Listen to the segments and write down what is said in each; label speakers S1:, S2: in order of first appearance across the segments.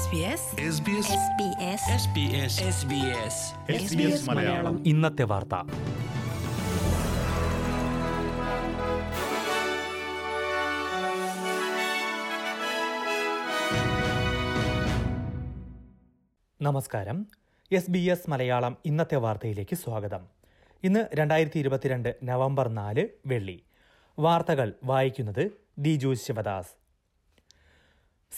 S1: SBS
S2: SBS
S3: Malayalam
S4: ഇന്നത്തെ വാർത്ത നമസ്കാരം എസ് ബി എസ് മലയാളം ഇന്നത്തെ വാർത്തയിലേക്ക് സ്വാഗതം ഇന്ന് രണ്ടായിരത്തി ഇരുപത്തിരണ്ട് നവംബർ നാല് വെള്ളി വാർത്തകൾ വായിക്കുന്നത് ദിജു ശിവദാസ്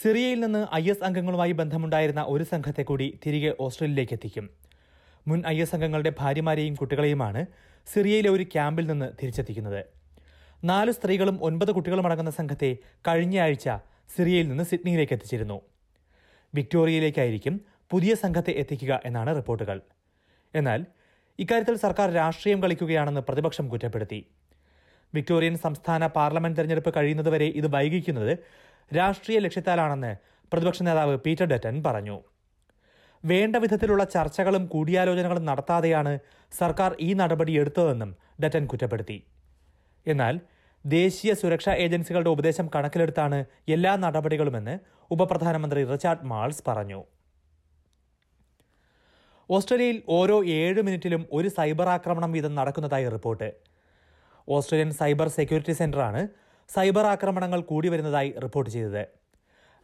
S4: സിറിയയിൽ നിന്ന് ഐ എസ് അംഗങ്ങളുമായി ബന്ധമുണ്ടായിരുന്ന ഒരു സംഘത്തെ കൂടി തിരികെ ഓസ്ട്രേലിയയിലേക്ക് എത്തിക്കും മുൻ ഐ എസ് അംഗങ്ങളുടെ ഭാര്യമാരെയും കുട്ടികളെയുമാണ് സിറിയയിലെ ഒരു ക്യാമ്പിൽ നിന്ന് തിരിച്ചെത്തിക്കുന്നത് നാല് സ്ത്രീകളും ഒൻപത് കുട്ടികളും അടങ്ങുന്ന സംഘത്തെ കഴിഞ്ഞ ആഴ്ച സിറിയയിൽ നിന്ന് സിഡ്നിയിലേക്ക് എത്തിച്ചിരുന്നു വിക്ടോറിയയിലേക്കായിരിക്കും പുതിയ സംഘത്തെ എത്തിക്കുക എന്നാണ് റിപ്പോർട്ടുകൾ എന്നാൽ ഇക്കാര്യത്തിൽ സർക്കാർ രാഷ്ട്രീയം കളിക്കുകയാണെന്ന് പ്രതിപക്ഷം കുറ്റപ്പെടുത്തി വിക്ടോറിയൻ സംസ്ഥാന പാർലമെന്റ് തെരഞ്ഞെടുപ്പ് കഴിയുന്നതുവരെ ഇത് വൈകിക്കുന്നത് രാഷ്ട്രീയ ലക്ഷ്യത്താലാണെന്ന് പ്രതിപക്ഷ നേതാവ് പീറ്റർ ഡറ്റൻ പറഞ്ഞു വേണ്ട വിധത്തിലുള്ള ചർച്ചകളും കൂടിയാലോചനകളും നടത്താതെയാണ് സർക്കാർ ഈ നടപടി എടുത്തതെന്നും ഡറ്റൻ കുറ്റപ്പെടുത്തി എന്നാൽ ദേശീയ സുരക്ഷാ ഏജൻസികളുടെ ഉപദേശം കണക്കിലെടുത്താണ് എല്ലാ നടപടികളുമെന്ന് ഉപപ്രധാനമന്ത്രി റിച്ചാർഡ് മാൾസ് പറഞ്ഞു ഓസ്ട്രേലിയയിൽ ഓരോ ഏഴ് മിനിറ്റിലും ഒരു സൈബർ ആക്രമണം വീതം നടക്കുന്നതായി റിപ്പോർട്ട് ഓസ്ട്രേലിയൻ സൈബർ സെക്യൂരിറ്റി സെന്ററാണ് സൈബർ ആക്രമണങ്ങൾ കൂടി വരുന്നതായി റിപ്പോർട്ട് ചെയ്തത്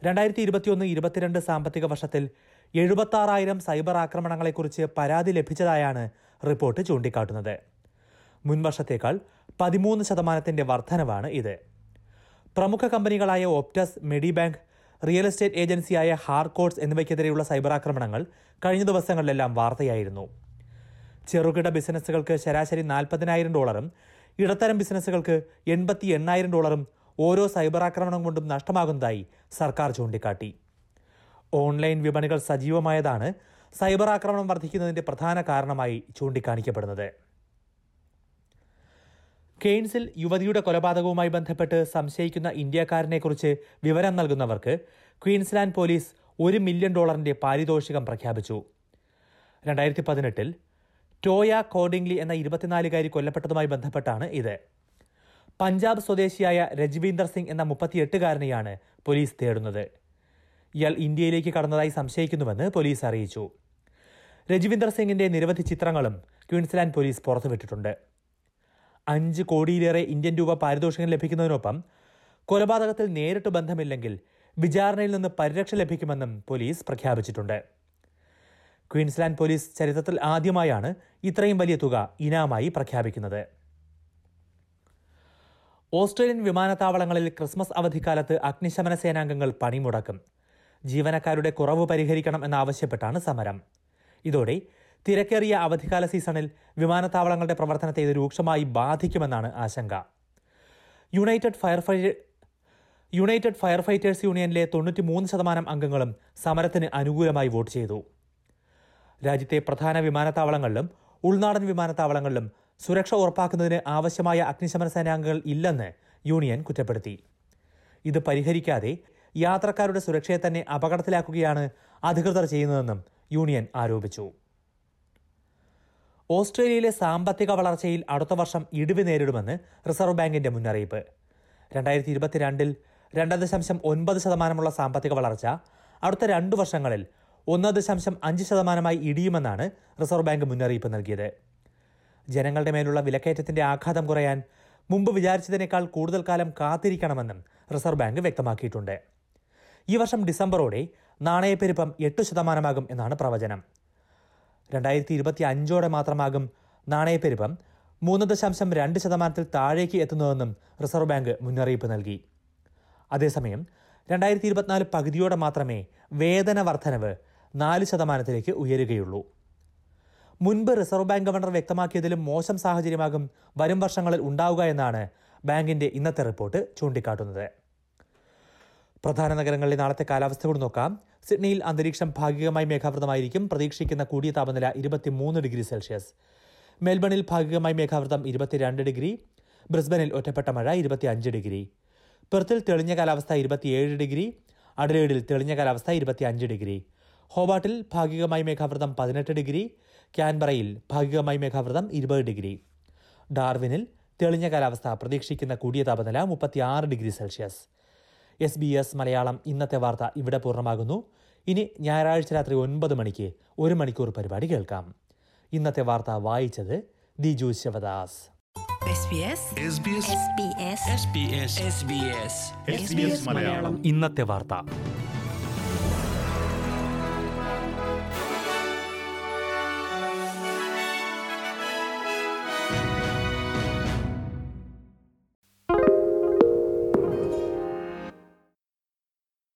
S4: രണ്ടായിരത്തി ഇരുപത്തിയൊന്ന് ഇരുപത്തിരണ്ട് സാമ്പത്തിക വർഷത്തിൽ എഴുപത്താറായിരം സൈബർ ആക്രമണങ്ങളെക്കുറിച്ച് പരാതി ലഭിച്ചതായാണ് റിപ്പോർട്ട് ചൂണ്ടിക്കാട്ടുന്നത് മുൻ വർഷത്തേക്കാൾ പതിമൂന്ന് ശതമാനത്തിന്റെ വർധനവാണ് ഇത് പ്രമുഖ കമ്പനികളായ ഓപ്റ്റസ് മെഡിബാങ്ക് റിയൽ എസ്റ്റേറ്റ് ഏജൻസിയായ ഹാർകോട്സ് എന്നിവയ്ക്കെതിരെയുള്ള സൈബർ ആക്രമണങ്ങൾ കഴിഞ്ഞ ദിവസങ്ങളിലെല്ലാം വാർത്തയായിരുന്നു ചെറുകിട ബിസിനസ്സുകൾക്ക് ശരാശരി നാൽപ്പതിനായിരം ഡോളറും ഇടത്തരം ബിസിനസ്സുകൾക്ക് എൺപത്തി എണ്ണായിരം ഡോളറും ഓരോ സൈബർ ആക്രമണം കൊണ്ടും നഷ്ടമാകുന്നതായി സർക്കാർ ചൂണ്ടിക്കാട്ടി ഓൺലൈൻ വിപണികൾ സജീവമായതാണ് സൈബർ ആക്രമണം വർദ്ധിക്കുന്നതിന്റെ പ്രധാന കാരണമായി ചൂണ്ടിക്കാണിക്കപ്പെടുന്നത് കെയ്ൻസിൽ യുവതിയുടെ കൊലപാതകവുമായി ബന്ധപ്പെട്ട് സംശയിക്കുന്ന ഇന്ത്യക്കാരനെക്കുറിച്ച് വിവരം നൽകുന്നവർക്ക് ക്വീൻസ്ലാൻഡ് പോലീസ് ഒരു മില്യൺ ഡോളറിന്റെ പാരിതോഷികം പ്രഖ്യാപിച്ചു രണ്ടായിരത്തി പതിനെട്ടിൽ ടോയ കോഡിംഗ്ലി എന്ന ഇരുപത്തിനാലുകാരി കൊല്ലപ്പെട്ടതുമായി ബന്ധപ്പെട്ടാണ് ഇത് പഞ്ചാബ് സ്വദേശിയായ രജ്വീന്ദർ സിംഗ് എന്ന മുപ്പത്തിയെട്ടുകാരനെയാണ് പോലീസ് തേടുന്നത് ഇയാൾ ഇന്ത്യയിലേക്ക് കടന്നതായി സംശയിക്കുന്നുവെന്ന് പോലീസ് അറിയിച്ചു രജ്വീന്ദർ സിംഗിന്റെ നിരവധി ചിത്രങ്ങളും ക്വീൻസ്ലാൻഡ് പോലീസ് പുറത്തുവിട്ടിട്ടുണ്ട് അഞ്ച് കോടിയിലേറെ ഇന്ത്യൻ രൂപ പാരിതോഷികം ലഭിക്കുന്നതിനൊപ്പം കൊലപാതകത്തിൽ നേരിട്ട് ബന്ധമില്ലെങ്കിൽ വിചാരണയിൽ നിന്ന് പരിരക്ഷ ലഭിക്കുമെന്നും പോലീസ് പ്രഖ്യാപിച്ചിട്ടുണ്ട് ക്വീൻസ്ലാൻഡ് പോലീസ് ചരിത്രത്തിൽ ആദ്യമായാണ് ഇത്രയും വലിയ തുക ഇനാമായി പ്രഖ്യാപിക്കുന്നത് ഓസ്ട്രേലിയൻ വിമാനത്താവളങ്ങളിൽ ക്രിസ്മസ് അവധിക്കാലത്ത് അഗ്നിശമന സേനാംഗങ്ങൾ പണിമുടക്കും ജീവനക്കാരുടെ കുറവ് പരിഹരിക്കണം എന്നാവശ്യപ്പെട്ടാണ് സമരം ഇതോടെ തിരക്കേറിയ അവധിക്കാല സീസണിൽ വിമാനത്താവളങ്ങളുടെ പ്രവർത്തനത്തെ ഇത് രൂക്ഷമായി ബാധിക്കുമെന്നാണ് ആശങ്ക യുണൈറ്റഡ് ഫയർഫൈ യുണൈറ്റഡ് ഫയർഫൈറ്റേഴ്സ് യൂണിയനിലെ തൊണ്ണൂറ്റിമൂന്ന് ശതമാനം അംഗങ്ങളും സമരത്തിന് അനുകൂലമായി വോട്ട് ചെയ്തു രാജ്യത്തെ പ്രധാന വിമാനത്താവളങ്ങളിലും ഉൾനാടൻ വിമാനത്താവളങ്ങളിലും സുരക്ഷ ഉറപ്പാക്കുന്നതിന് ആവശ്യമായ അഗ്നിശമന സേനാംഗങ്ങൾ ഇല്ലെന്ന് യൂണിയൻ കുറ്റപ്പെടുത്തി ഇത് പരിഹരിക്കാതെ യാത്രക്കാരുടെ സുരക്ഷയെ തന്നെ അപകടത്തിലാക്കുകയാണ് അധികൃതർ ചെയ്യുന്നതെന്നും യൂണിയൻ ആരോപിച്ചു ഓസ്ട്രേലിയയിലെ സാമ്പത്തിക വളർച്ചയിൽ അടുത്ത വർഷം ഇടിവ് നേരിടുമെന്ന് റിസർവ് ബാങ്കിന്റെ മുന്നറിയിപ്പ് രണ്ടായിരത്തി ഇരുപത്തിരണ്ടിൽ രണ്ട് ദശാംശം ഒൻപത് ശതമാനമുള്ള സാമ്പത്തിക വളർച്ച അടുത്ത രണ്ടു വർഷങ്ങളിൽ ഒന്ന് ദശാംശം അഞ്ച് ശതമാനമായി ഇടിയുമെന്നാണ് റിസർവ് ബാങ്ക് മുന്നറിയിപ്പ് നൽകിയത് ജനങ്ങളുടെ മേലുള്ള വിലക്കയറ്റത്തിന്റെ ആഘാതം കുറയാൻ മുമ്പ് വിചാരിച്ചതിനേക്കാൾ കൂടുതൽ കാലം കാത്തിരിക്കണമെന്നും റിസർവ് ബാങ്ക് വ്യക്തമാക്കിയിട്ടുണ്ട് ഈ വർഷം ഡിസംബറോടെ നാണയപ്പെരുപ്പം എട്ട് ശതമാനമാകും എന്നാണ് പ്രവചനം രണ്ടായിരത്തി ഇരുപത്തി അഞ്ചോടെ മാത്രമാകും നാണയപ്പെരുപ്പം മൂന്ന് ദശാംശം രണ്ട് ശതമാനത്തിൽ താഴേക്ക് എത്തുന്നതെന്നും റിസർവ് ബാങ്ക് മുന്നറിയിപ്പ് നൽകി അതേസമയം രണ്ടായിരത്തി ഇരുപത്തിനാല് പകുതിയോടെ മാത്രമേ വേതന വർധനവ് നാല് ശതമാനത്തിലേക്ക് ഉയരുകയുള്ളൂ മുൻപ് റിസർവ് ബാങ്ക് ഗവർണർ വ്യക്തമാക്കിയതിലും മോശം സാഹചര്യമാകും വരും വർഷങ്ങളിൽ ഉണ്ടാവുക എന്നാണ് ബാങ്കിന്റെ ഇന്നത്തെ റിപ്പോർട്ട് ചൂണ്ടിക്കാട്ടുന്നത് പ്രധാന നഗരങ്ങളിലെ നാളത്തെ കാലാവസ്ഥ കൂടി നോക്കാം സിഡ്നിയിൽ അന്തരീക്ഷം ഭാഗികമായി മേഘാവൃതമായിരിക്കും പ്രതീക്ഷിക്കുന്ന കൂടിയ താപനില ഇരുപത്തിമൂന്ന് ഡിഗ്രി സെൽഷ്യസ് മെൽബണിൽ ഭാഗികമായി മേഘാവൃതം ഇരുപത്തിരണ്ട് ഡിഗ്രി ബ്രിസ്ബനിൽ ഒറ്റപ്പെട്ട മഴ ഇരുപത്തിയഞ്ച് ഡിഗ്രി പെർത്തിൽ തെളിഞ്ഞ കാലാവസ്ഥ ഇരുപത്തിയേഴ് ഡിഗ്രി അഡലേഡിൽ തെളിഞ്ഞ കാലാവസ്ഥ ഇരുപത്തിയഞ്ച് ഡിഗ്രി ഹോബാട്ടിൽ ഭാഗികമായി മേഘാവൃതം പതിനെട്ട് ഡിഗ്രി ക്യാൻബറയിൽ ഭാഗികമായി മേഘാവൃതം ഇരുപത് ഡിഗ്രി ഡാർവിനിൽ തെളിഞ്ഞ കാലാവസ്ഥ പ്രതീക്ഷിക്കുന്ന കൂടിയ താപനില മുപ്പത്തിയാറ് degree Celsius S B S Malayalam ഇന്നത്തെ വാർത്ത ഇവിടെ പൂർണ്ണമാകുന്നു ഇനി ഞായറാഴ്ച രാത്രി ഒൻപത് മണിക്ക് ഒരു മണിക്കൂർ പരിപാടി കേൾക്കാം ഇന്നത്തെ വാർത്ത വായിച്ചത് Diju Sivadas
S1: SBS
S2: SBS
S1: SBS
S3: SBS SBS
S2: SBS Malayalam
S4: ഇന്നത്തെ വാർത്ത